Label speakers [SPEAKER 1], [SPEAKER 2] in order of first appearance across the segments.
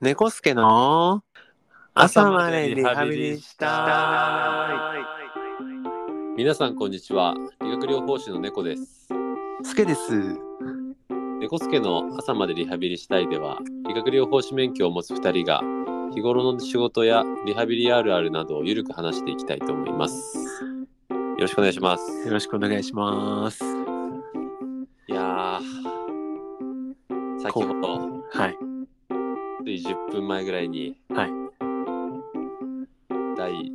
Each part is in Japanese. [SPEAKER 1] 猫助の朝までリハビリした
[SPEAKER 2] 皆さんこんにちは理学療法士の猫です
[SPEAKER 1] い。助です。
[SPEAKER 2] 猫助の朝までリハビリしたいでは理学療法士免許を持つ2人が日頃の仕事やリハビリあるあるなどをゆるく話していきたいと思いますよろしくお願いします
[SPEAKER 1] よろしくお願いします。
[SPEAKER 2] いやー先ほど
[SPEAKER 1] はい。
[SPEAKER 2] つい10分前ぐらいに
[SPEAKER 1] はい
[SPEAKER 2] 第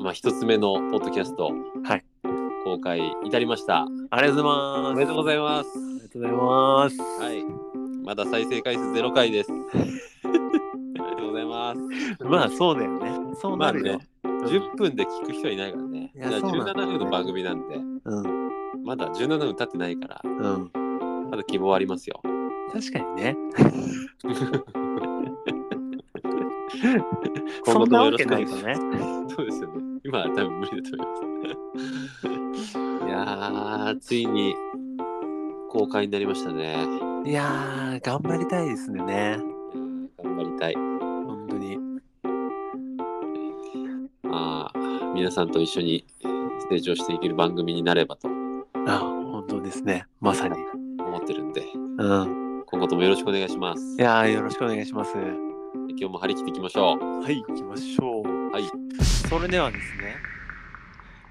[SPEAKER 2] まあ、一つ目のポッドキャスト、
[SPEAKER 1] はい
[SPEAKER 2] 公開至りました
[SPEAKER 1] ありがとうございます。
[SPEAKER 2] おめでとうございます
[SPEAKER 1] ありがとうございます。
[SPEAKER 2] はい。まだ再生回数ゼロ回です。 ありがとうございます。
[SPEAKER 1] まあそうだよね。そうなるよ。
[SPEAKER 2] 10分で聞く人いないからね。
[SPEAKER 1] いや
[SPEAKER 2] だから
[SPEAKER 1] そうなんだ
[SPEAKER 2] 17
[SPEAKER 1] よね
[SPEAKER 2] 分の番組なんで、
[SPEAKER 1] うん。
[SPEAKER 2] まだ17分経ってないから、
[SPEAKER 1] うん。
[SPEAKER 2] まだ希望ありますよ。
[SPEAKER 1] 確かにね。
[SPEAKER 2] 今
[SPEAKER 1] そんな
[SPEAKER 2] 後ともよ
[SPEAKER 1] わ
[SPEAKER 2] ろ
[SPEAKER 1] け
[SPEAKER 2] しくお
[SPEAKER 1] な
[SPEAKER 2] 願
[SPEAKER 1] い
[SPEAKER 2] いし
[SPEAKER 1] と
[SPEAKER 2] ます。
[SPEAKER 1] ね。
[SPEAKER 2] そうですよね。今は多分無理だと思います。いやー、ついに公開になりましたね。
[SPEAKER 1] いやー、頑張りたいですね。
[SPEAKER 2] 頑張りたい。
[SPEAKER 1] 本当に。
[SPEAKER 2] まあ、皆さんと一緒に成長していける番組になればと
[SPEAKER 1] あ、本当ですね。まさに。
[SPEAKER 2] 思ってるんで、
[SPEAKER 1] うん。
[SPEAKER 2] 今後ともよろしくお願いします
[SPEAKER 1] い。やー、よろしくお願いします。は
[SPEAKER 2] 今日も張り切っていきましょう。
[SPEAKER 1] い、行きましょう。
[SPEAKER 2] はい。
[SPEAKER 1] それではですね、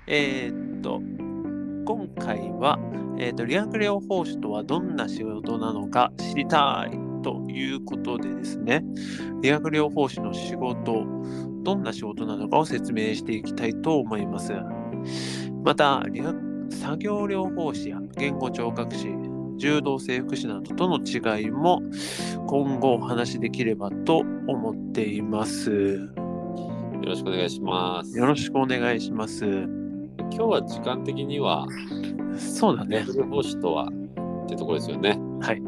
[SPEAKER 1] えーっと、今回は、えーっと、理学療法士とはどんな仕事なのか知りたいということでですね、理学療法士の仕事、どんな仕事なのかを説明していきたいと思います。また、理学作業療法士や言語聴覚士、柔道整復師などとの違いも今後お話しできればと思っています。
[SPEAKER 2] よろしくお願いします。
[SPEAKER 1] よろしくお願いします。
[SPEAKER 2] 今日は時間的には、
[SPEAKER 1] そうだね。
[SPEAKER 2] 療法士とはってところですよね。
[SPEAKER 1] はい。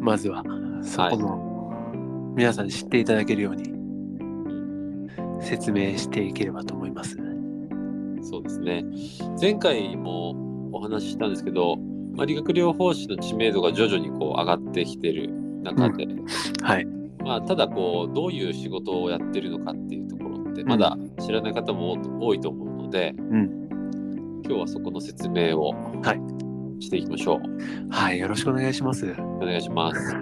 [SPEAKER 1] まずは、そこも、皆さんに知っていただけるように、説明していければと思います。
[SPEAKER 2] そうですね。前回もお話ししたんですけど、まあ、理学療法士の知名度が徐々にこう上がってきてる中で、
[SPEAKER 1] はい。
[SPEAKER 2] まあ、ただこうどういう仕事をやってるのかっていうところってまだ知らない方も多いと思うので、
[SPEAKER 1] うん。
[SPEAKER 2] 今日はそこの説明を
[SPEAKER 1] は
[SPEAKER 2] していきましょう。
[SPEAKER 1] はい。よろしくお願いします。
[SPEAKER 2] お願いします。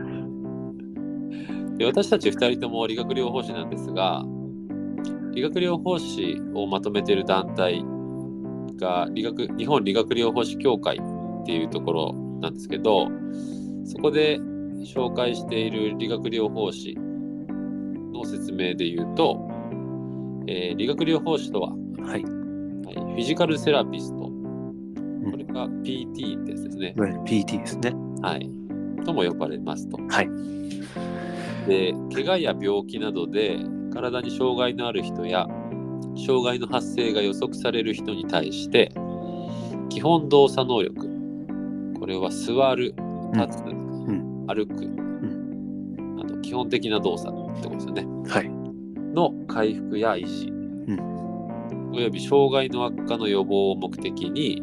[SPEAKER 2] で私たち2人とも理学療法士なんですが理学療法士をまとめている団体が理学日本理学療法士協会っていうところなんですけどそこで紹介している理学療法士の説明で言うと、えー理学療法士とは、は
[SPEAKER 1] はい。
[SPEAKER 2] いフィジカルセラピストこれが PT ってやつですね
[SPEAKER 1] い。わゆる PT ですね。
[SPEAKER 2] はい、とも呼ばれますと。
[SPEAKER 1] はい
[SPEAKER 2] で怪我や病気などで体に障害のある人や障害の発生が予測される人に対して基本動作能力これは座る立つ、
[SPEAKER 1] ん
[SPEAKER 2] 歩く、あと基本的な動作ってことですよね
[SPEAKER 1] はい。
[SPEAKER 2] の回復や維持、および障害の悪化の予防を目的に、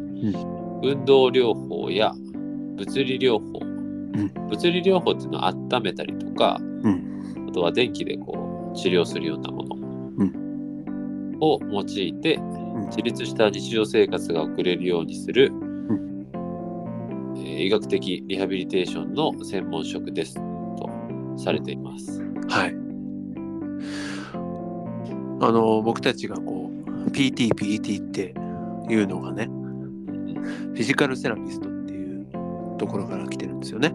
[SPEAKER 2] 運動療法や物理療法、
[SPEAKER 1] ん
[SPEAKER 2] 物理療法っていうのは温めたりとか
[SPEAKER 1] うん。
[SPEAKER 2] あとは電気でこう治療するようなもの
[SPEAKER 1] う
[SPEAKER 2] を用いて、
[SPEAKER 1] ん
[SPEAKER 2] 自立した日常生活が送れるようにする、えー医学的リハビリテーションの専門職ですとされています。
[SPEAKER 1] はい。あの、僕たちがこう、PT、PT っていうのがね、フィジカルセラピストっていうところから来てるんですよね。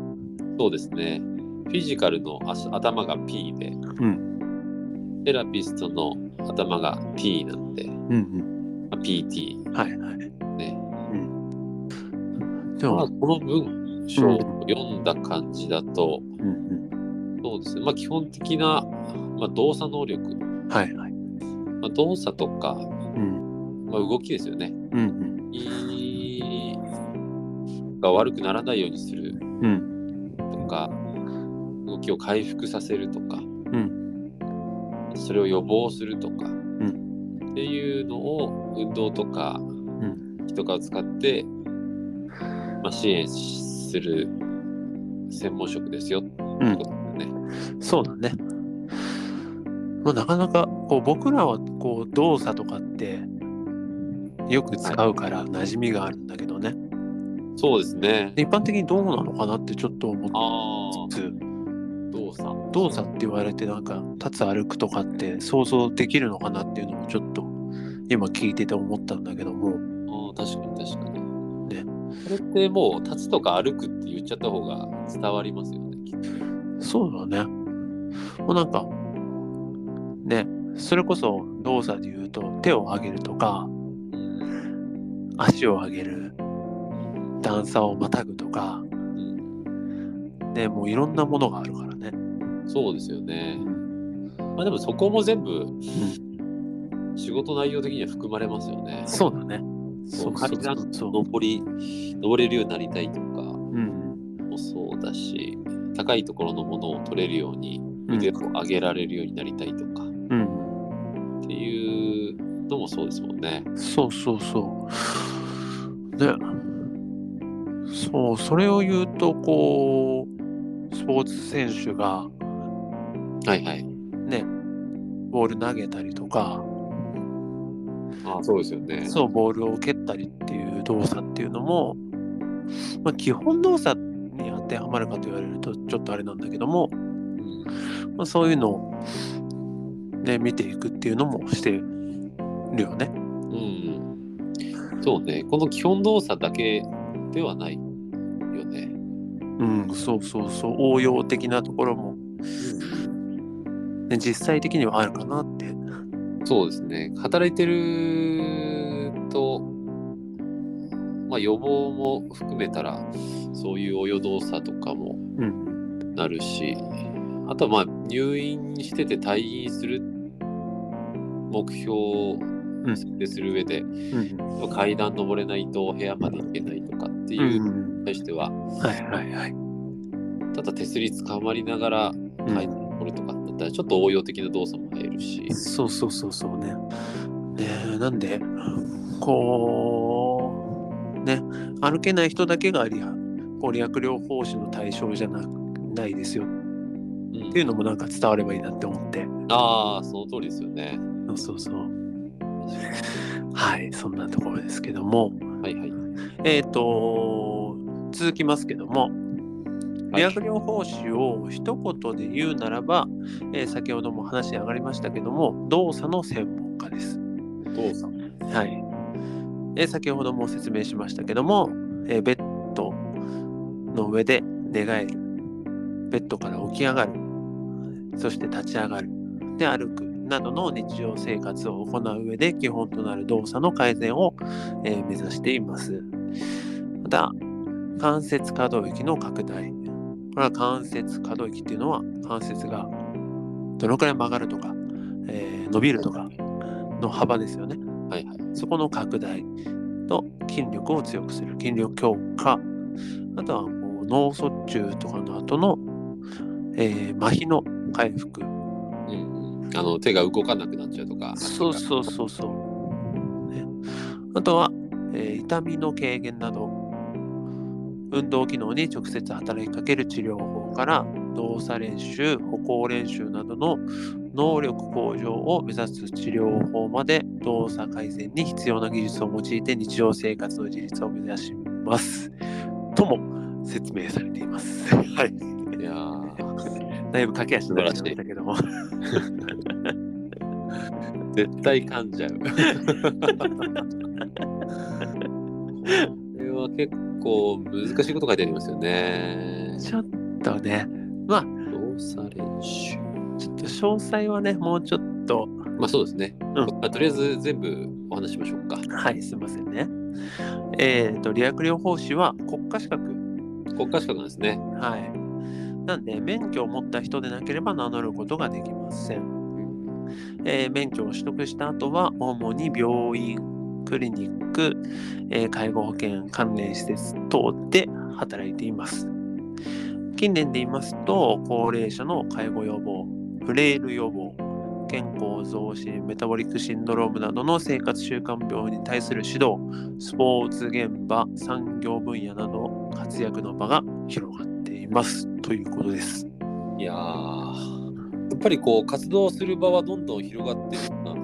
[SPEAKER 2] そうですね。フィジカルの足頭が P で、
[SPEAKER 1] うん。
[SPEAKER 2] セラピストの頭が T なんで、ま
[SPEAKER 1] うん
[SPEAKER 2] あ PT
[SPEAKER 1] うん。はいはい。
[SPEAKER 2] ね。
[SPEAKER 1] うん。で
[SPEAKER 2] まあ、
[SPEAKER 1] も、
[SPEAKER 2] この文章を読んだ感じだと、
[SPEAKER 1] うん
[SPEAKER 2] そうですね。まあ、基本的な、まあ、動作能力、
[SPEAKER 1] うん。はいはい。
[SPEAKER 2] まあ、動作とか、
[SPEAKER 1] うん。
[SPEAKER 2] まあ、動きですよね。
[SPEAKER 1] うん
[SPEAKER 2] いいが悪くならないようにする
[SPEAKER 1] うん。うん。
[SPEAKER 2] とか、動きを回復させるとか、
[SPEAKER 1] うん。
[SPEAKER 2] それを予防するとか、
[SPEAKER 1] ん
[SPEAKER 2] っていうのを運動とか
[SPEAKER 1] うん。
[SPEAKER 2] 機とかを使って、まあ、支援する専門職ですよってことですね。ね。
[SPEAKER 1] そうだね。まあ、なかなかこう僕らはこう動作とかってよく使うから馴染みがあるんだけどね。
[SPEAKER 2] そうですね。
[SPEAKER 1] で一般的にどうなのかなってちょっと思っ
[SPEAKER 2] あ
[SPEAKER 1] てつつ
[SPEAKER 2] あ、動作。
[SPEAKER 1] 動作って言われてなんか立つ歩くとかって想像できるのかなっていうのもちょっと今聞いてて思ったんだけども
[SPEAKER 2] ああ、確かに確かに。
[SPEAKER 1] ね
[SPEAKER 2] これってもう立つとか歩くって言っちゃった方が伝わりますよね。きっと
[SPEAKER 1] そうだね。もうなんかねそれこそ動作で言うと手を上げるとか
[SPEAKER 2] うん
[SPEAKER 1] 足を上げる段差をまたぐとか
[SPEAKER 2] うん
[SPEAKER 1] ねもういろんなものがあるからね。
[SPEAKER 2] そうですよね。まあでもそこも全部仕事内容的には含まれますよね。
[SPEAKER 1] そうだね。そ
[SPEAKER 2] そう
[SPEAKER 1] う
[SPEAKER 2] 階段
[SPEAKER 1] そう。
[SPEAKER 2] 登り、登れるようになりたいとか。
[SPEAKER 1] うん。
[SPEAKER 2] もそうだし高いところのものを取れるように腕を上げられるようになりたいとか、
[SPEAKER 1] うん。
[SPEAKER 2] っていうのもそうですもんね。
[SPEAKER 1] そうそうそう。ね。そう、それを言うと、こう、スポーツ選手が
[SPEAKER 2] はいはい。
[SPEAKER 1] ね、ボール投げたりとか、
[SPEAKER 2] あそうですよね。
[SPEAKER 1] そう、ボールを蹴ったりっていう動作っていうのも、まあ、基本動作に当てはまるかと言われるとちょっとあれなんだけども、
[SPEAKER 2] うん
[SPEAKER 1] まあ、そういうのを、ね、見ていくっていうのもしてるよね。
[SPEAKER 2] うん。そうね。この基本動作だけではないよね。
[SPEAKER 1] うん、そうそうそう応用的なところも、ね、実際的にはあるかなって
[SPEAKER 2] そうですね。働いてると、まあ予防も含めたら、そういう応用動作とかも
[SPEAKER 1] うん
[SPEAKER 2] なるしあとはまあ入院してて退院する目標を
[SPEAKER 1] うん
[SPEAKER 2] 設定する上で、
[SPEAKER 1] うん
[SPEAKER 2] 階段登れないと部屋まで行けないとかって
[SPEAKER 1] う
[SPEAKER 2] いうのに
[SPEAKER 1] ん
[SPEAKER 2] 対しては、
[SPEAKER 1] はいはいはい、
[SPEAKER 2] ただ手すりつかまりながら
[SPEAKER 1] うん
[SPEAKER 2] 階段登るとかだったらちょっと応用的な動作も入るし、
[SPEAKER 1] そうそうそうそうねねえなんでこうね歩けない人だけがリハこう理学療法士の対象じゃなないですよ
[SPEAKER 2] うん
[SPEAKER 1] っていうのもなんか伝わればいいなって思って
[SPEAKER 2] ああその通りですよね。
[SPEAKER 1] そうそうそうはいそんなところですけども
[SPEAKER 2] はいはい。
[SPEAKER 1] えっ、と、続きますけども、
[SPEAKER 2] はい
[SPEAKER 1] 理学療法士を一言で言うならば、えー先ほども話に上がりましたけども、動作の専門家です。
[SPEAKER 2] 動作。
[SPEAKER 1] はい。えー先ほども説明しましたけども、えーベッドの上で寝返る。ベッドから起き上がる。そして立ち上がる。で、歩く。などの日常生活を行う上で基本となる動作の改善を、えー目指しています。また、関節可動域の拡大。これは関節可動域っていうのは関節がどのくらい曲がるとか、えー伸びるとかの幅ですよね。
[SPEAKER 2] はいはい。
[SPEAKER 1] そこの拡大と筋力を強くする筋力強化あとはこう脳卒中とかの後の、えー麻痺の回復
[SPEAKER 2] うんうん、あの手が動かなくなっちゃうとか。
[SPEAKER 1] そうそうそうそう、ね、あとは、えー痛みの軽減など運動機能に直接働きかける治療法から動作練習歩行練習などの能力向上を目指す治療法まで動作改善に必要な技術を用いて日常生活の自立を目指しますとも説明されています。 はい、
[SPEAKER 2] いやー
[SPEAKER 1] だいぶ駆け足になりましたけども。
[SPEAKER 2] 絶対噛んじゃう。これは結構難しいこと書いてありますよね。
[SPEAKER 1] ちょっとね
[SPEAKER 2] 動作練習。
[SPEAKER 1] ちょっと詳細はね、もうちょっと、
[SPEAKER 2] まあそうですね。
[SPEAKER 1] うん
[SPEAKER 2] まあ、とりあえず全部お話ししましょうか。
[SPEAKER 1] はい、すいませんね。えっ、と、理学療法士は国家資格。
[SPEAKER 2] 国家資格なんですね。
[SPEAKER 1] はい。なんで、免許を持った人でなければ名乗ることができません。えー免許を取得した後は、主に病院、クリニック、えー介護保険関連施設等で働いています。近年で言いますと、高齢者の介護予防、フレイル予防、健康増進、メタボリックシンドロームなどの生活習慣病に対する指導、スポーツ現場、産業分野など活躍の場が広がっていますということです。
[SPEAKER 2] いやーやっぱりこう活動する場はどんどん広がってるような
[SPEAKER 1] う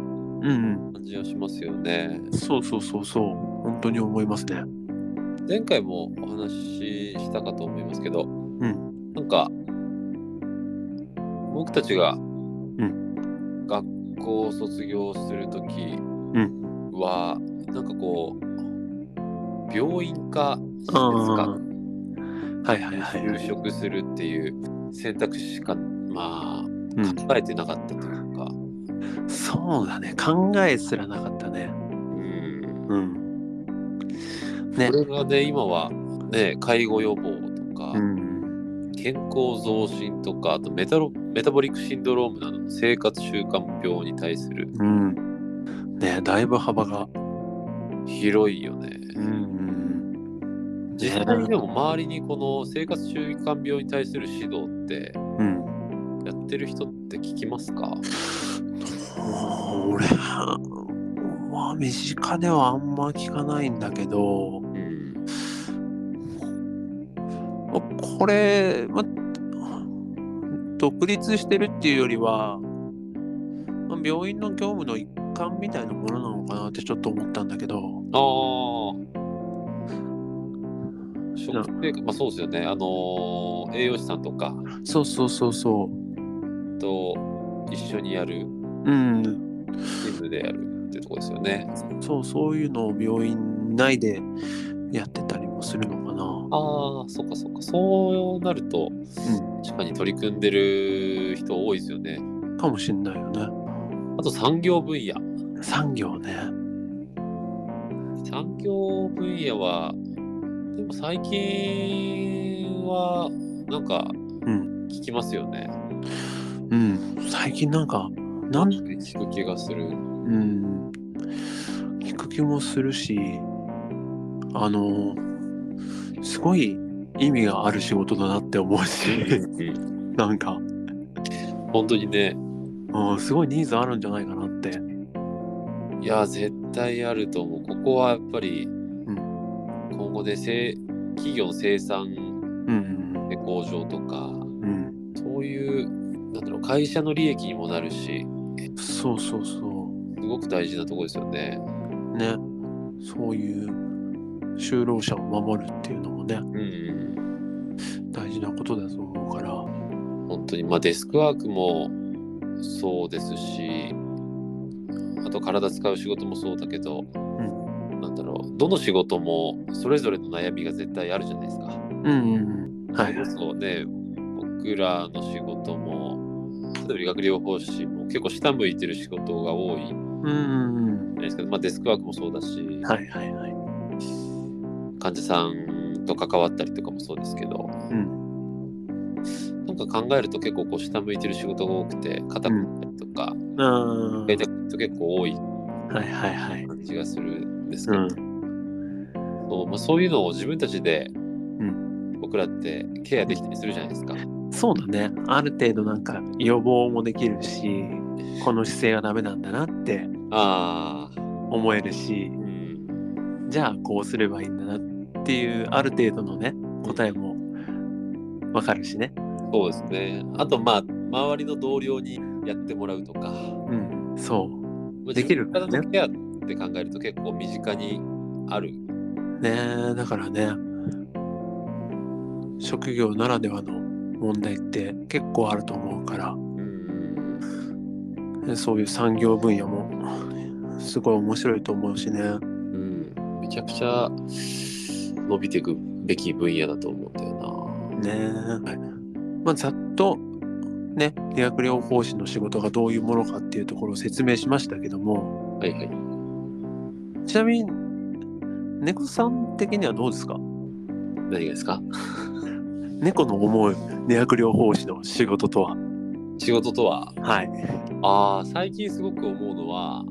[SPEAKER 1] ん、
[SPEAKER 2] 感じがしますよね。
[SPEAKER 1] そうそうそうそう、本当に思いますね。
[SPEAKER 2] 前回もお話ししたかと思いますけど、
[SPEAKER 1] ん
[SPEAKER 2] なんか僕たちが学校を卒業する時は、なんかこう病院か施設か
[SPEAKER 1] はいはいはい。
[SPEAKER 2] 就職するっていう選択肢しか
[SPEAKER 1] う
[SPEAKER 2] まあ
[SPEAKER 1] ん
[SPEAKER 2] 考えてなかったというか、
[SPEAKER 1] そうだね、考えすらなかったね。
[SPEAKER 2] うん
[SPEAKER 1] うん。
[SPEAKER 2] これがね今はね介護予防とか、
[SPEAKER 1] ん。
[SPEAKER 2] 健康増進とかあとメタロメタボリックシンドロームなどの生活習慣病に対する
[SPEAKER 1] うん。ねだいぶ幅が。
[SPEAKER 2] 広いよね。
[SPEAKER 1] ん。
[SPEAKER 2] 実際にでも周りにこの生活習慣病に対する指導って
[SPEAKER 1] うん。
[SPEAKER 2] やってる人って聞きますか
[SPEAKER 1] 俺は、まあ、身近ではあんま聞かないんだけど、
[SPEAKER 2] うん。
[SPEAKER 1] まあこれ、まあ、独立してるっていうよりは、まあ病院の業務の一環みたいなものなのかなってちょっと思ったんだけど、
[SPEAKER 2] ああ。食生活まあそうですよね。あのー栄養士さんとか
[SPEAKER 1] そうそうそうそ
[SPEAKER 2] と一緒にやる、
[SPEAKER 1] う。うん。
[SPEAKER 2] チームでやるってとこですよね。
[SPEAKER 1] そう、そういうのを病院内でやってたりもするのかな。
[SPEAKER 2] ああ、そっかそっか。そうなると、確かに取り組んでる人多いですよね。
[SPEAKER 1] うん。かもしんないよね。
[SPEAKER 2] あと産業分野。
[SPEAKER 1] 産業ね。
[SPEAKER 2] 産業分野は、でも最近は、なんか、
[SPEAKER 1] ん
[SPEAKER 2] 聞きますよね。
[SPEAKER 1] うん。最近なんか、なん
[SPEAKER 2] 聞く気がす る。
[SPEAKER 1] うん、聞く気もするしあのすごい意味がある仕事だなって思うし なんか、
[SPEAKER 2] 本当にね、
[SPEAKER 1] うん、すごいニーズあるんじゃないかなって
[SPEAKER 2] いや、絶対あると思う。ここはやっぱり、今後ね、せ企業の生産
[SPEAKER 1] うん
[SPEAKER 2] で工場とか、
[SPEAKER 1] うん
[SPEAKER 2] そういう、なんだろう、会社の利益にもなるし、
[SPEAKER 1] そうそうそ
[SPEAKER 2] すごく大事なとこですよね。
[SPEAKER 1] うねそういう就労者を守るっていうのもね
[SPEAKER 2] うん。
[SPEAKER 1] 大事なことだと思うから
[SPEAKER 2] 本当に、まあ、デスクワークもそうですしあと体使う仕事もそうだけど、なんだろうどの仕事もそれぞれの悩みが絶対あるじゃないですか。
[SPEAKER 1] うんはいはい
[SPEAKER 2] そうね僕らの仕事も例えば理学療法士も結構下向いてる仕事が多いじゃ
[SPEAKER 1] うん
[SPEAKER 2] ないですけど、まあ、デスクワークもそうだし
[SPEAKER 1] はいはいはい
[SPEAKER 2] 患者さんと関わったりとかもそうですけど
[SPEAKER 1] うん
[SPEAKER 2] なんか考えると結構こう下向いてる仕事が多くて肩こったりと
[SPEAKER 1] う
[SPEAKER 2] か、
[SPEAKER 1] んは
[SPEAKER 2] や
[SPEAKER 1] い
[SPEAKER 2] りたくて結構多い
[SPEAKER 1] はいはい
[SPEAKER 2] 感じがするんですけ
[SPEAKER 1] う
[SPEAKER 2] ど、
[SPEAKER 1] ん
[SPEAKER 2] そうまあ、そういうのを自分たちで、
[SPEAKER 1] ん
[SPEAKER 2] 僕らってケアできたりするじゃないですか。
[SPEAKER 1] そうだね。ある程度なんか予防もできるし、この姿勢がダメなんだなって
[SPEAKER 2] ああ、
[SPEAKER 1] 思えるし、
[SPEAKER 2] うん、
[SPEAKER 1] じゃあこうすればいいんだなっていう、ある程度のね、答えもわかるしね。
[SPEAKER 2] そうですね。あとまあ周りの同僚にやってもらうとか、
[SPEAKER 1] うん。そう。
[SPEAKER 2] まあ
[SPEAKER 1] できるからね
[SPEAKER 2] 自分からのケアって考えると結構身近にある。
[SPEAKER 1] ねえだからね、職業ならではの問題って結構あると思うから
[SPEAKER 2] うん、、
[SPEAKER 1] ねそういう産業分野もすごい面白いと思うしね。
[SPEAKER 2] うん、めちゃくちゃ伸びていくべき分野だと思うんだよな。
[SPEAKER 1] ねえ、まあ、ざっとね理学療法士の仕事がどういうものかっていうところを説明しましたけども
[SPEAKER 2] はいはい。
[SPEAKER 1] ちなみに猫さん的にはどうですか
[SPEAKER 2] 何がですか
[SPEAKER 1] 猫の思う理学療法士の仕事とは
[SPEAKER 2] 仕事とは
[SPEAKER 1] はい
[SPEAKER 2] ああ最近すごく思うのは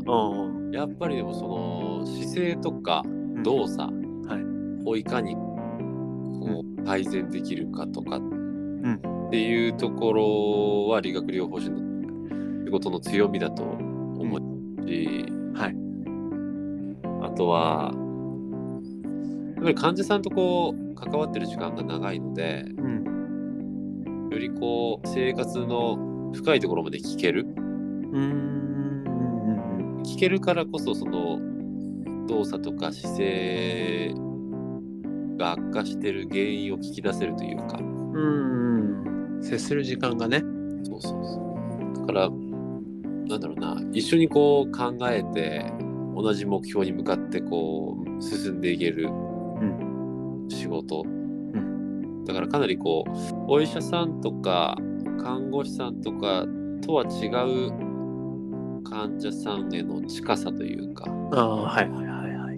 [SPEAKER 1] うん
[SPEAKER 2] やっぱりでもその姿勢とか動作
[SPEAKER 1] はい
[SPEAKER 2] をいかにこう改善できるかとか
[SPEAKER 1] ん
[SPEAKER 2] っていうところは理学療法士の仕事の強みだと思うし、
[SPEAKER 1] はい
[SPEAKER 2] あとはやっぱり患者さんとこう関わってる時間が長いので
[SPEAKER 1] うん
[SPEAKER 2] やっよりこう生活の深いところまで聞ける
[SPEAKER 1] うん
[SPEAKER 2] 聞けるからこそその動作とか姿勢が悪化してる原因を聞き出せるというか
[SPEAKER 1] うん接する時間がね
[SPEAKER 2] そうそうそうだからなんだろうな一緒にこう考えて同じ目標に向かってこう進んでいける仕事、だからかなりこうお医者さんとか看護師さんとかとは違う患者さんへの近さというか
[SPEAKER 1] ああはいはいはいはい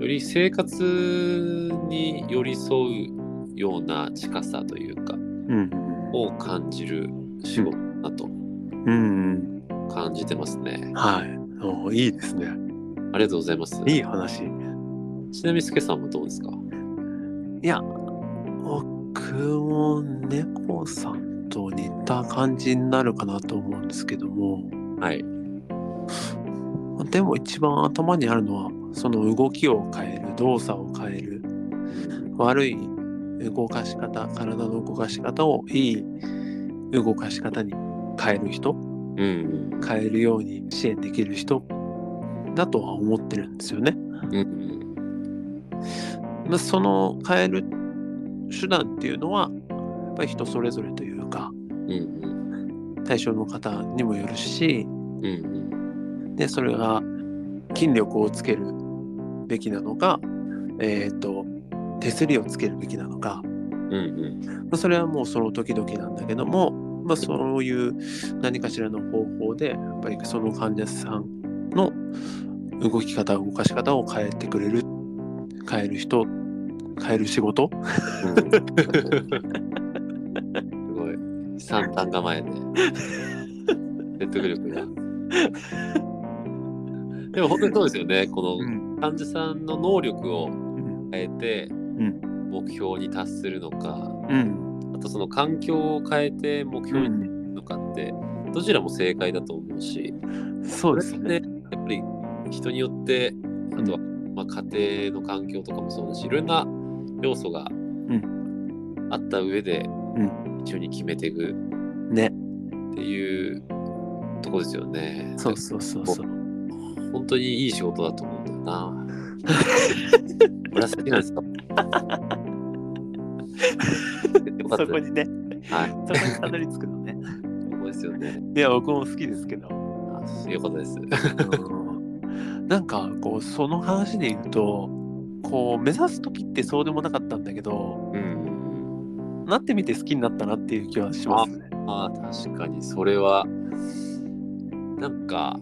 [SPEAKER 2] より生活に寄り添うような近さというか
[SPEAKER 1] うん
[SPEAKER 2] を感じる仕事だと
[SPEAKER 1] うん
[SPEAKER 2] 感じてますね。
[SPEAKER 1] はいおーいいですね
[SPEAKER 2] ありがとうございます。
[SPEAKER 1] いい話
[SPEAKER 2] ちなみにすけさんもどうですか
[SPEAKER 1] いや僕も猫さんと似た感じになるかなと思うんですけども
[SPEAKER 2] はい。
[SPEAKER 1] でも一番頭にあるのはその動きを変える動作を変える悪い動かし方体の動かし方をいい動かし方に変える人
[SPEAKER 2] うん。
[SPEAKER 1] 変えるように支援できる人だとは思ってるんですよね。
[SPEAKER 2] うん。
[SPEAKER 1] まあその変える手段っていうのはやっぱり人それぞれというか
[SPEAKER 2] うん。うん。
[SPEAKER 1] 対象の方にもよるし
[SPEAKER 2] うん。うん。
[SPEAKER 1] でそれが筋力をつけるべきなのか、えー、と手すりをつけるべきなのか、
[SPEAKER 2] うん。
[SPEAKER 1] まあそれはもうその時々なんだけども、まあ、そういう何かしらの方法でやっぱりその患者さんの動き方動かし方を変えてくれる変える人変える仕事
[SPEAKER 2] すごい。三段構えで。説得力が。でも本当にそうですよね。この
[SPEAKER 1] ん
[SPEAKER 2] 患者さんの能力を
[SPEAKER 1] うん
[SPEAKER 2] 変えて
[SPEAKER 1] ん
[SPEAKER 2] 目標に達するのか、
[SPEAKER 1] うん
[SPEAKER 2] あとその環境を変えて目標に達するのかって、どちらも正解だと思うし、
[SPEAKER 1] そうですね
[SPEAKER 2] でやっぱり人によってあとは、まあ、家庭の環境とかもそうだしいろんな要素があった上で、一緒に決めていく
[SPEAKER 1] ね
[SPEAKER 2] っていうとこですよね。
[SPEAKER 1] そうそうそうそう
[SPEAKER 2] 本当にいい仕事だと思うん だよな。俺は好きなんですかよかっ
[SPEAKER 1] そ
[SPEAKER 2] たです
[SPEAKER 1] こにね
[SPEAKER 2] はい、
[SPEAKER 1] そこにたどり着くのね
[SPEAKER 2] ここですよね。
[SPEAKER 1] いや僕も好きですけど
[SPEAKER 2] あよかったです。
[SPEAKER 1] うんなんかこうその話で言うとこう目指す時ってそうでもなかったんだけど
[SPEAKER 2] うん。
[SPEAKER 1] なってみて好きになったなっていう気はしますね。
[SPEAKER 2] まあ確かにそれはなんか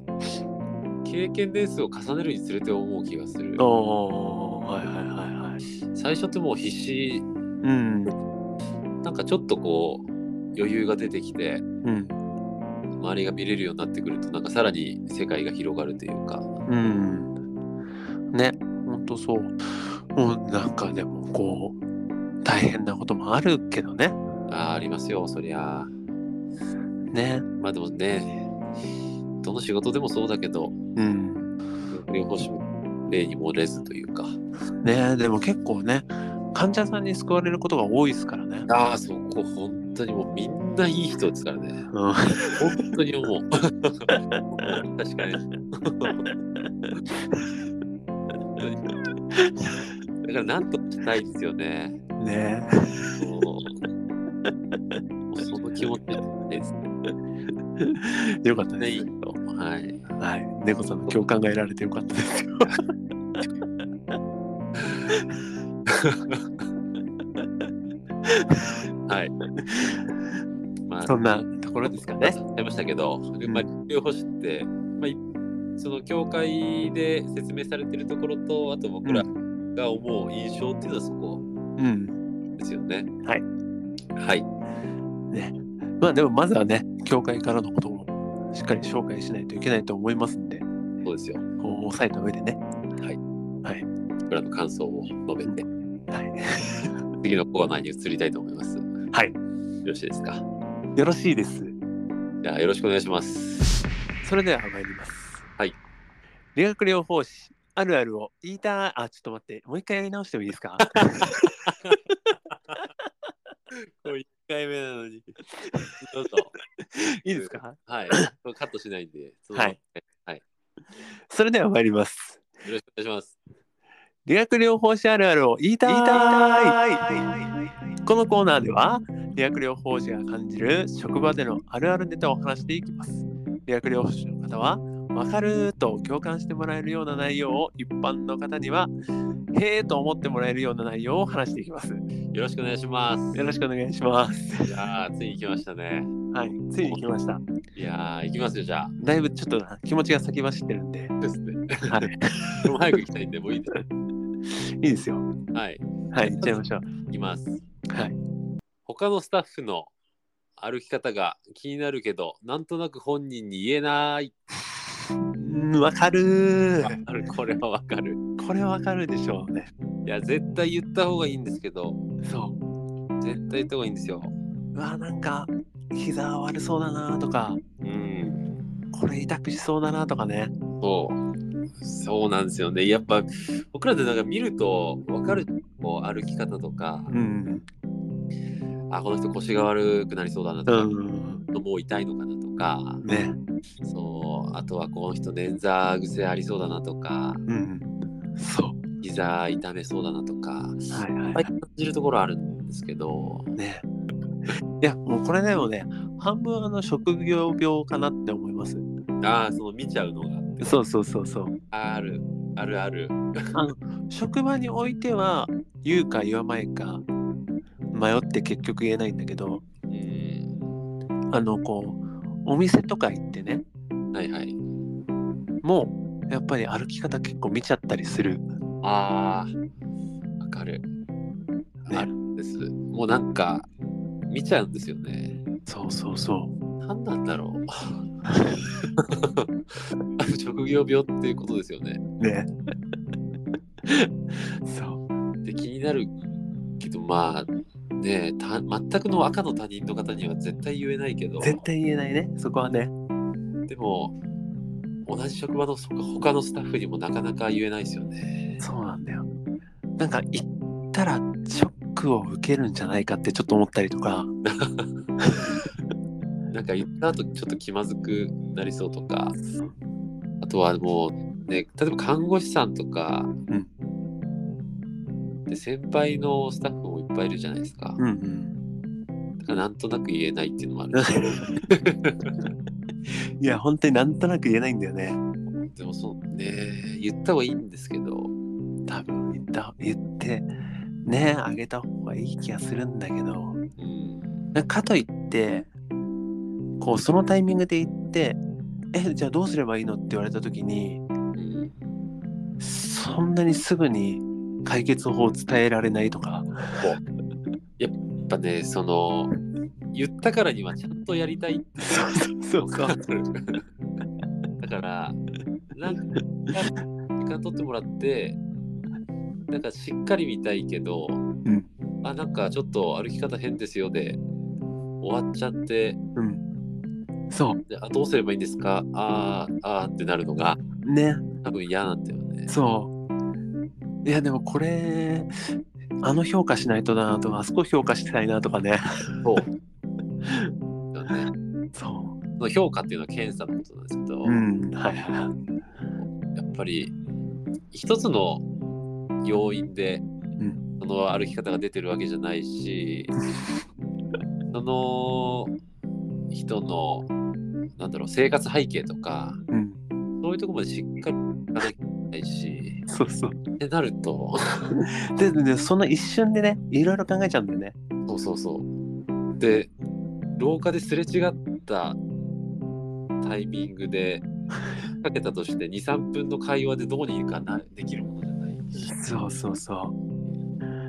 [SPEAKER 2] 経験年数を重ねるにつれて思う気がする
[SPEAKER 1] おーはいはいはいはい。
[SPEAKER 2] 最初ってもう必死
[SPEAKER 1] うん
[SPEAKER 2] なんかちょっとこう余裕が出てきて
[SPEAKER 1] うん
[SPEAKER 2] 周りが見れるようになってくるとなんかさらに世界が広がるというか
[SPEAKER 1] うん。ねほんとそう。もうなんかでもこう大変なこともあるけどね。
[SPEAKER 2] あーありますよそりゃ
[SPEAKER 1] ね。
[SPEAKER 2] まあでもねどの仕事でもそうだけど
[SPEAKER 1] うん、
[SPEAKER 2] 両方しも例に漏れずというか
[SPEAKER 1] ねでも結構ね患者さんに救われることが多いですからね。
[SPEAKER 2] ああそこ本当にもうみんないい人ですからね
[SPEAKER 1] うん
[SPEAKER 2] 本当に思う。確かに。だからなんとかしたいですよね。
[SPEAKER 1] ね
[SPEAKER 2] もうもうその気持ちですね。
[SPEAKER 1] よかったです。
[SPEAKER 2] はい。
[SPEAKER 1] はい、猫さんの共感が得られてよかったですよ。
[SPEAKER 2] はい。まあ、
[SPEAKER 1] そんなところですかね。
[SPEAKER 2] ありましたけど、
[SPEAKER 1] ん
[SPEAKER 2] まあ、両方知って、まあい、その教会で説明されてるところと、あと僕らが思う印象っていうのはそこ
[SPEAKER 1] うん。
[SPEAKER 2] ですよね。
[SPEAKER 1] はい。
[SPEAKER 2] はい。
[SPEAKER 1] まあでもまずはね、教会からのことをしっかり紹介しないといけないと思いますんで、
[SPEAKER 2] そうですよ。
[SPEAKER 1] こう抑えた上でね。
[SPEAKER 2] 僕らの感想を述べて、
[SPEAKER 1] は
[SPEAKER 2] 次のコーナーに移りたいと思います。よ
[SPEAKER 1] い。は
[SPEAKER 2] ろしいですか。
[SPEAKER 1] い。よろしいです。
[SPEAKER 2] じゃあ、よろしくお願いします。
[SPEAKER 1] それでは参ります。
[SPEAKER 2] はい。
[SPEAKER 1] 理学療法士、あるあるを言いたい。あ、ちょっと待って、もう一回やり直してもいいですか
[SPEAKER 2] こうい回目な のに。ちょっと、
[SPEAKER 1] いいですか
[SPEAKER 2] はい。これカットしないんで、その
[SPEAKER 1] はい
[SPEAKER 2] よ
[SPEAKER 1] それでは参ります。
[SPEAKER 2] ろしくお願いします。
[SPEAKER 1] 理学療法士あるあるを言いたい
[SPEAKER 2] 言い
[SPEAKER 1] このコーナーでは理学療法士が感じる職場でのあるあるネタを話していきます。理学療法士の方はわかると共感してもらえるような内容を一般の方にはへえと思ってもらえるような内容を話していきます。
[SPEAKER 2] よろしくお願いします。
[SPEAKER 1] よろしくお願いします。
[SPEAKER 2] いやー、ついに来ましたね。
[SPEAKER 1] はい、ついに来ました。
[SPEAKER 2] いやー、行きますよ、じゃあ。
[SPEAKER 1] だいぶちょっとな気持ちが先走ってるんで、
[SPEAKER 2] ですね。
[SPEAKER 1] はい、
[SPEAKER 2] もう早く行きたいんで、もういいです。
[SPEAKER 1] いいですよ。
[SPEAKER 2] はい。
[SPEAKER 1] はい、行っちゃいましょう。
[SPEAKER 2] 行きます。
[SPEAKER 1] はい。
[SPEAKER 2] 他のスタッフの歩き方が気になるけど、なんとなく本人に言え ない。
[SPEAKER 1] うんわかる
[SPEAKER 2] わ
[SPEAKER 1] ー。
[SPEAKER 2] かるこれはわかる。
[SPEAKER 1] これわかるでしょうね。
[SPEAKER 2] いや、絶対言った方がいいんですけど、
[SPEAKER 1] そう。
[SPEAKER 2] 絶対言った方がいいんですよ。
[SPEAKER 1] うわなんか膝悪そうだなとか
[SPEAKER 2] うん。
[SPEAKER 1] これ痛くしそうだなとかね
[SPEAKER 2] そう。そうなんですよね。やっぱ、僕らでなんか見るとわかる、こう歩き方とか、
[SPEAKER 1] ん
[SPEAKER 2] あ、この人腰が悪くなりそうだなと
[SPEAKER 1] う
[SPEAKER 2] か、
[SPEAKER 1] ん
[SPEAKER 2] もう痛いのかなとか、
[SPEAKER 1] ね
[SPEAKER 2] そう、あとはこの人捻挫癖ありそうだなとか、
[SPEAKER 1] うんそ
[SPEAKER 2] 膝痛めそうだなとか、
[SPEAKER 1] うはいはい
[SPEAKER 2] っぱい感じるところあるんですけど、
[SPEAKER 1] ねいやもうこれでもね半分あの職業病かなって思います
[SPEAKER 2] ああ、その見ちゃうのが
[SPEAKER 1] そうそうそうそう
[SPEAKER 2] ある、あるある。
[SPEAKER 1] 職場においては言うか言わないか迷って結局言えないんだけど
[SPEAKER 2] うん。
[SPEAKER 1] あのこうお店とか行ってね
[SPEAKER 2] はいはい。
[SPEAKER 1] もうやっぱり歩き方結構見ちゃったりする
[SPEAKER 2] ああ、わかる。
[SPEAKER 1] ね
[SPEAKER 2] あるんです。もうなんか、見ちゃうんですよね。
[SPEAKER 1] そうそうそ
[SPEAKER 2] 何なんだろう。 職業病っていうことですよね。
[SPEAKER 1] うねそう
[SPEAKER 2] で気になるけど、まあ、ねえた全くの赤の他人の方には絶対言えないけど、
[SPEAKER 1] 絶対言えないねそこはね
[SPEAKER 2] でも、同じ職場のそ他のスタッフにもなかなか言えないですよね。
[SPEAKER 1] そうなんだよなんか行ったらショックを受けるんじゃないかってちょっと思ったりとか
[SPEAKER 2] なんか言った後ちょっと気まずくなりそうとか、あとはもうね、例えば看護師さんとか、で先輩のスタッフもいっぱいいるじゃないですか。
[SPEAKER 1] うんうん
[SPEAKER 2] だからなんとなく言えないっていうのもあるし。
[SPEAKER 1] いや本当になんとなく言えないんだよね
[SPEAKER 2] でもそうね、言った方がいいんですけど、
[SPEAKER 1] 多分言った言ってねあげた方がいい気がするんだけど
[SPEAKER 2] うん、
[SPEAKER 1] なんかかといってこうそのタイミングで言って「えじゃあどうすればいいの?」って言われた時に
[SPEAKER 2] うん、
[SPEAKER 1] そんなにすぐに解決法を伝えられないとか
[SPEAKER 2] やっぱね、その、言ったからにはちゃんとやりたいって
[SPEAKER 1] そ
[SPEAKER 2] いうのがある。だから、なんか、時間取ってもらって、なんかしっかり見たいけど、
[SPEAKER 1] ん
[SPEAKER 2] あ、なんかちょっと歩き方変ですよで、終わっちゃって、
[SPEAKER 1] うんそう
[SPEAKER 2] であどうすればいいんですかあーあーってなるのが
[SPEAKER 1] ね
[SPEAKER 2] 多分嫌なんだよね。
[SPEAKER 1] そういやでもこれあの評価しないとだなとかあそこ評価したいなとかね
[SPEAKER 2] そう。だね、
[SPEAKER 1] そ
[SPEAKER 2] その評価っていうのは検査のことなんですけど、
[SPEAKER 1] うんはいはいはい
[SPEAKER 2] やっぱり一つの要因で、
[SPEAKER 1] ん
[SPEAKER 2] その歩き方が出てるわけじゃないし その人のなんだろう生活背景とか
[SPEAKER 1] うん
[SPEAKER 2] そういうとこまでしっかり聞かなきゃいけないし
[SPEAKER 1] そうそう
[SPEAKER 2] ってなると
[SPEAKER 1] ででその一瞬でねいろいろ考えちゃうんだよね
[SPEAKER 2] そうそうそうで廊下ですれ違ったタイミング でかけたとして23分の会話でどうにかなできるものじゃない
[SPEAKER 1] そうそうそ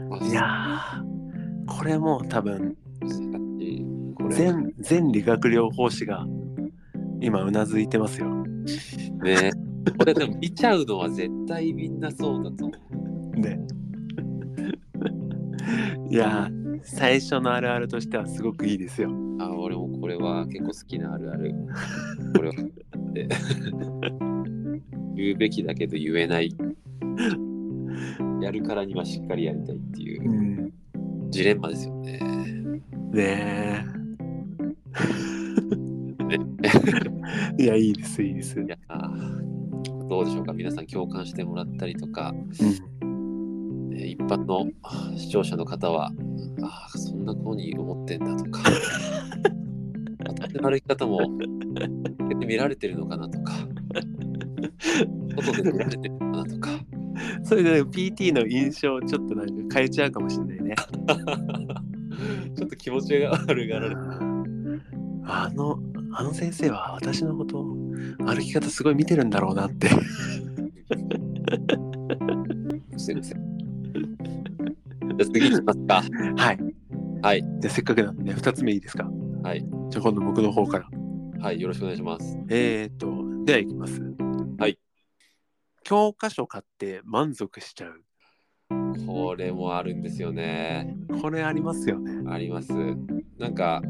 [SPEAKER 2] まあ
[SPEAKER 1] ういやーこれもう多分
[SPEAKER 2] 難しいこれ
[SPEAKER 1] 全全理学療法士が今うなずいてますよ
[SPEAKER 2] ね。これでも見ちゃうのは絶対みんなそうだと思
[SPEAKER 1] ねいやー最初のあるあるとしてはすごくいいですよ
[SPEAKER 2] う。あ、俺もこれは結構好きなあるある。これは。で言うべきだけど言えない。やるからにはしっかりやりたいっていうジレンマですよね。
[SPEAKER 1] ね え。いや、いいです、いいです。
[SPEAKER 2] いやどうでしょうか皆さん共感してもらったりとか、ね一般のあ視聴者の方はああそんな風に思ってんだとか私の歩き方も見られてるのかなとか外で見られてるのかなとか
[SPEAKER 1] それで、PT の印象をちょっとなんか変えちゃうかもしれないね。
[SPEAKER 2] ちょっと気持ちが悪がられて
[SPEAKER 1] あの、あの先生は私のことを歩き方すごい見てるんだろうなって。
[SPEAKER 2] すいませんじゃあ次行きますか
[SPEAKER 1] はい。
[SPEAKER 2] はい
[SPEAKER 1] じゃあせっかくなんでね、2つ目いいですか
[SPEAKER 2] はい
[SPEAKER 1] じゃあ今度僕の方から。
[SPEAKER 2] はいよろしくお願いします
[SPEAKER 1] えー、と、ではいきます。
[SPEAKER 2] はい。
[SPEAKER 1] 教科書買って満足しちゃう。
[SPEAKER 2] これもあるんですよね
[SPEAKER 1] これありますよね。
[SPEAKER 2] あります。なんか、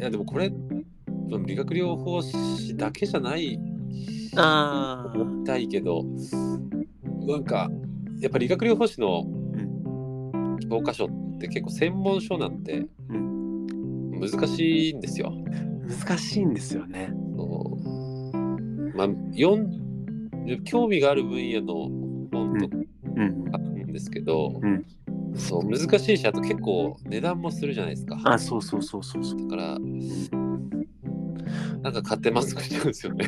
[SPEAKER 2] いやでもこれ、でも理学療法士だけじゃない
[SPEAKER 1] あ
[SPEAKER 2] と思いたいけど、なんか、やっぱり理学療法士の教科書って結構専門書なんて
[SPEAKER 1] うん。
[SPEAKER 2] 難しいんですよ。
[SPEAKER 1] 難しいんですよね。
[SPEAKER 2] そうまあ、読ん興味がある分野の本とか
[SPEAKER 1] うん。
[SPEAKER 2] あるんですけど、
[SPEAKER 1] うん
[SPEAKER 2] そう難しいし、あと結構値段もするじゃないですか。
[SPEAKER 1] あ、そうそうそうそうそう。
[SPEAKER 2] だから、なんか買ってますくしてるんですよね。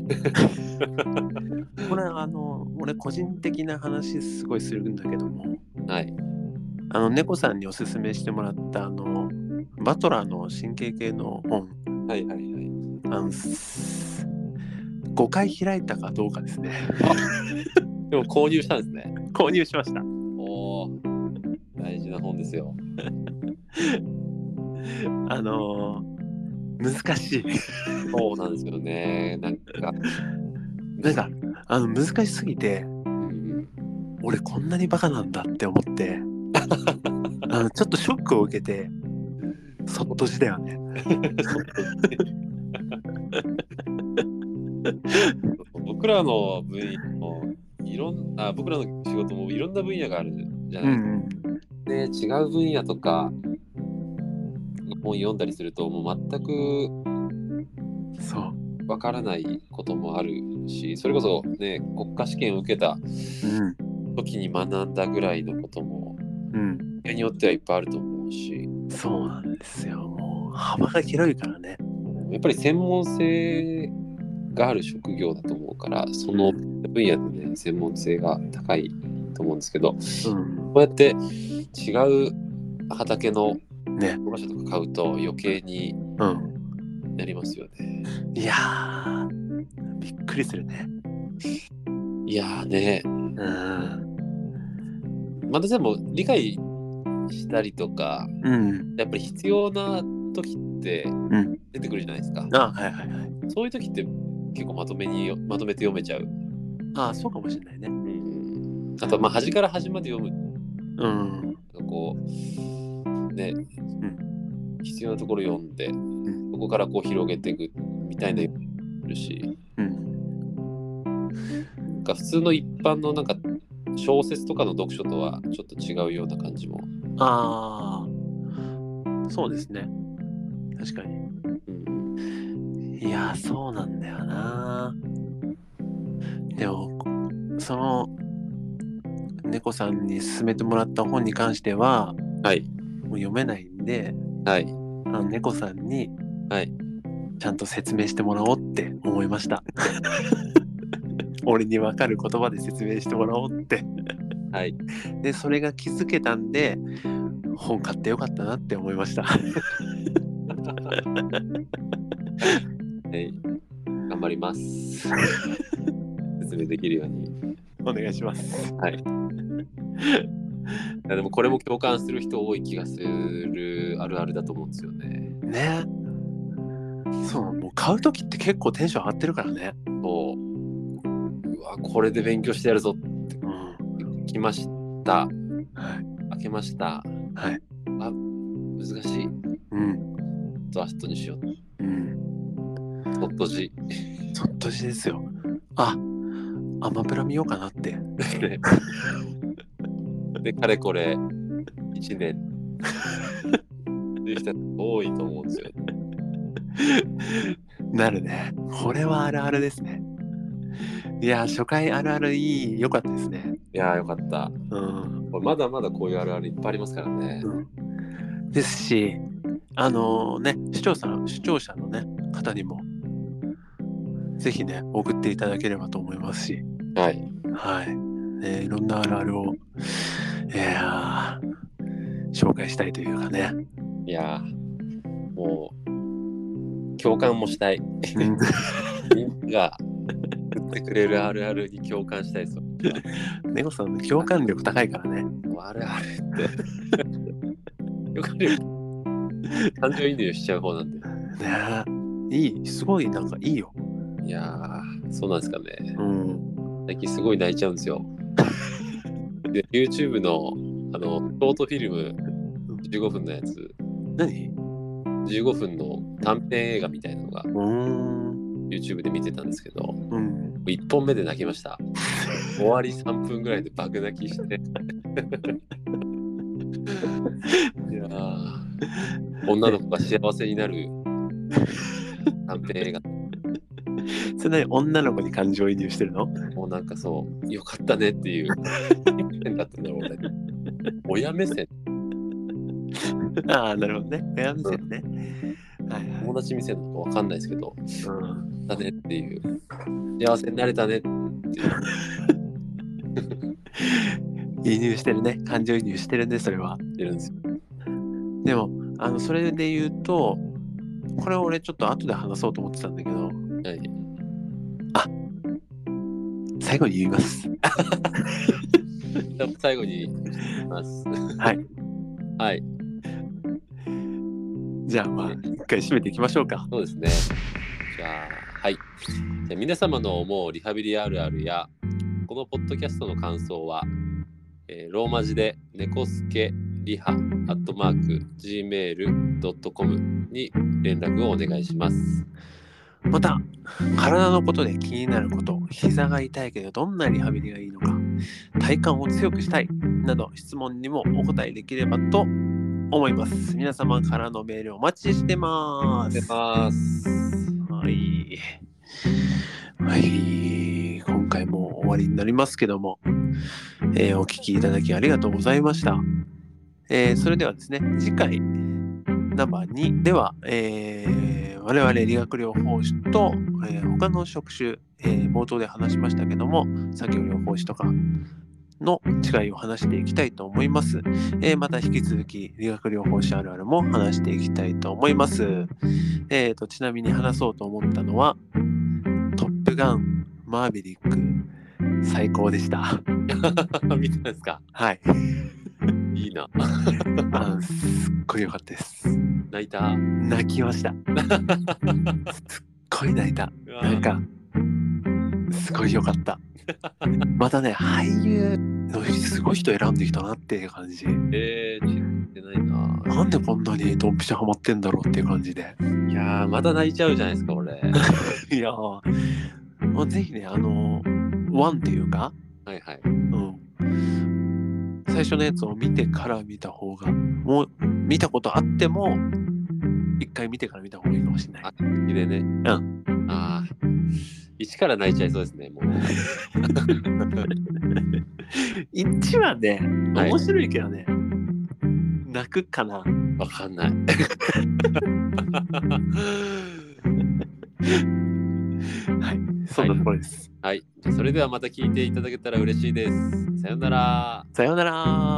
[SPEAKER 1] これあの、俺個人的な話すごいするんだけども、
[SPEAKER 2] はい。
[SPEAKER 1] あの、猫さんにおすすめしてもらったあの、バトラーの神経系の本、
[SPEAKER 2] はいはい はい。
[SPEAKER 1] あの、す5回開いたかどうかですね。
[SPEAKER 2] でも購入したんですね。
[SPEAKER 1] 購入しました。
[SPEAKER 2] おお。大事な本ですよ。
[SPEAKER 1] あのー難しい。
[SPEAKER 2] そうなんですよね。なんか。
[SPEAKER 1] なんか、あの、難しすぎて、
[SPEAKER 2] うん
[SPEAKER 1] 俺こんなにバカなんだって思って あのちょっとショックを受けてそっとしだよね
[SPEAKER 2] 僕らの分野も、いろんあ僕らの仕事もいろんな分野があるじゃ
[SPEAKER 1] う
[SPEAKER 2] ない
[SPEAKER 1] ん
[SPEAKER 2] ですか。で、違う分野とか、本読んだりすると、もう全く
[SPEAKER 1] うんそう
[SPEAKER 2] わからないこともあるしそれこそね国家試験を受けた
[SPEAKER 1] うん
[SPEAKER 2] 時に学んだぐらいのことも
[SPEAKER 1] うん
[SPEAKER 2] 人によってはいっぱいあると思うし
[SPEAKER 1] そうなんですよもう幅が広いからね
[SPEAKER 2] やっぱり専門性がある職業だと思うからその分野でね専門性が高いと思うんですけどこ
[SPEAKER 1] うん
[SPEAKER 2] うやって違う畑の
[SPEAKER 1] ね
[SPEAKER 2] 教科書とか買うと余計に
[SPEAKER 1] うん
[SPEAKER 2] なりますよね。
[SPEAKER 1] いやーびっくりするね
[SPEAKER 2] いやーね
[SPEAKER 1] うん
[SPEAKER 2] またでも理解したりとか
[SPEAKER 1] うん
[SPEAKER 2] やっぱり必要な時って
[SPEAKER 1] ん
[SPEAKER 2] 出てくるじゃないですか、
[SPEAKER 1] あはいはいはい
[SPEAKER 2] そういう時って結構まとめにまとめて読めちゃう、
[SPEAKER 1] あそうかもしれないね
[SPEAKER 2] あとまあ端から端まで読む
[SPEAKER 1] うん
[SPEAKER 2] こうね、必要なところ読んで、
[SPEAKER 1] ん
[SPEAKER 2] そこからこう広げていくみたいなのあるし
[SPEAKER 1] うん
[SPEAKER 2] なんか普通の一般のなんか小説とかの読書とはちょっと違うような感じも、
[SPEAKER 1] ああそうですね確かに
[SPEAKER 2] うん、
[SPEAKER 1] いやーそうなんだよなでもその猫さんに勧めてもらった本に関してはも
[SPEAKER 2] はい。
[SPEAKER 1] う読めないんで
[SPEAKER 2] はい。
[SPEAKER 1] あの猫さんに
[SPEAKER 2] はい
[SPEAKER 1] ちゃんと説明してもらおうって思いま した俺に分かる言葉で説明してもらおうって
[SPEAKER 2] はい。
[SPEAKER 1] でそれが気づけたんで本買ってよかったなって思いました
[SPEAKER 2] はい。頑張り ます。説明できるように。
[SPEAKER 1] お願いします
[SPEAKER 2] いやでもこれも共感する人多い気がするあるあるだと思うんですよね。
[SPEAKER 1] ねそうもう買う時って結構テンション上がってるからね
[SPEAKER 2] そう。うわ、これで勉強してやるぞ。
[SPEAKER 1] うん
[SPEAKER 2] 来ました。
[SPEAKER 1] はい。
[SPEAKER 2] 開けました。
[SPEAKER 1] はい。
[SPEAKER 2] あ、難しい。
[SPEAKER 1] うん。
[SPEAKER 2] とは後にしよう。
[SPEAKER 1] うん。
[SPEAKER 2] とっ とじ。
[SPEAKER 1] そっとしですよ。あ、アマプラ見ようかなって。
[SPEAKER 2] で、かれこれ、1年。る人多いと思うんですよ。
[SPEAKER 1] なるね。これはあるあるですね。いやー、初回あるあるいい、良かったですね。
[SPEAKER 2] いやーよかった。
[SPEAKER 1] うん。
[SPEAKER 2] これまだまだこういうあるあるいっぱいありますからね。
[SPEAKER 1] うん、ですし、あのね、視聴者、視聴者のね、方にも、ぜひね、送っていただければと思いますし、
[SPEAKER 2] はい。
[SPEAKER 1] はい。ねいろんなあるあるを、いやー紹介したいというかね。
[SPEAKER 2] いやーもう、共感もしたい。みんなが言ってくれるあるあるに共感したいです。
[SPEAKER 1] 猫さんの共感力高いからね。
[SPEAKER 2] もうあるあるって。よくあるよ。感情移入しちゃう方なんで。
[SPEAKER 1] ねいい、すごい、なんかいいよ。
[SPEAKER 2] いやー、そうなんですかね。
[SPEAKER 1] うん。
[SPEAKER 2] 最近すごい泣いちゃうんですよ。で、YouTube の、あの、ショートフィルム15分のやつ、
[SPEAKER 1] 何う
[SPEAKER 2] 15分の短編映画みたいなのが
[SPEAKER 1] ーん。
[SPEAKER 2] YouTube で見てたんですけど、
[SPEAKER 1] うん。
[SPEAKER 2] 1本目で泣きました。終わり3分ぐらいで爆泣 きして。いやー女の子が幸せになる短編映画。
[SPEAKER 1] それなに女の子に感情移入してるの
[SPEAKER 2] もうなんかそう、よかったねっていう。何目線だったんだろう、俺。親目線、
[SPEAKER 1] ああ、なるほどね。親目線ね。はいはい。
[SPEAKER 2] 友達目線なのかわかんないですけど、
[SPEAKER 1] うん
[SPEAKER 2] だねっていう。幸せになれたねっていう。
[SPEAKER 1] 移入してるね。感情移入してるね、それは。
[SPEAKER 2] 言ってるんですよ。
[SPEAKER 1] でも、あの、それで言うと、これ俺ちょっと後で話そうと思ってたんだけど、
[SPEAKER 2] はい。
[SPEAKER 1] 最後に言います。
[SPEAKER 2] じゃあ最後に、ます。
[SPEAKER 1] はい。
[SPEAKER 2] はい。
[SPEAKER 1] じゃあまあ、一回締めていきましょうか。
[SPEAKER 2] そうですね。じゃあ、はい。じゃあ皆様の思うリハビリあるあるや、このポッドキャストの感想は、えーローマ字で、猫助リハアットマーク gmail.com に連絡をお願いします。
[SPEAKER 1] また体のことで気になること膝が痛いけどどんなリハビリがいいのか体幹を強くしたいなど質問にもお答えできればと思います皆様からのメールお待ちしてます
[SPEAKER 2] 出ます。
[SPEAKER 1] はいはい今回も終わりになりますけども、えーお聞きいただきありがとうございました、えーそれではですね次回ナンバー2では、えー我々理学療法士と、えー他の職種、えー冒頭で話しましたけども作業療法士とかの違いを話していきたいと思います、えーまた引き続き理学療法士あるあるも話していきたいと思います、えーとちなみに話そうと思ったのは「トップガンマーヴェリック」最高でした。
[SPEAKER 2] 見たんですか
[SPEAKER 1] はい。
[SPEAKER 2] いいな。
[SPEAKER 1] あすっごい良かったです。
[SPEAKER 2] 泣いた。
[SPEAKER 1] 泣きました。 すっごい泣いた。なんか、すごい良かった。またね、俳優のすごい人選んできたなっていう感じ。
[SPEAKER 2] えー、聞いてないな。
[SPEAKER 1] なんでこんなにドンピシャハマってんだろうっていう感じで。
[SPEAKER 2] いやー、また泣いちゃうじゃないですか、 俺。はい
[SPEAKER 1] やー、まあ、ぜひね、あの、ワンっていうか、
[SPEAKER 2] いはい。
[SPEAKER 1] うん、最初のやつを見てから見た方が、もう見たことあっても、一回見てから見た方がいいかもしれない
[SPEAKER 2] あ。綺麗ね。
[SPEAKER 1] う
[SPEAKER 2] ああ。一から泣いちゃいそうですね、もう。
[SPEAKER 1] 1はね、
[SPEAKER 2] はい
[SPEAKER 1] 面白いけどね、泣くかな。
[SPEAKER 2] わかんない。
[SPEAKER 1] はい、そんなところです。
[SPEAKER 2] はい。じゃあそれではまた聞いていただけたら嬉しいです。さよなら。
[SPEAKER 1] さようなら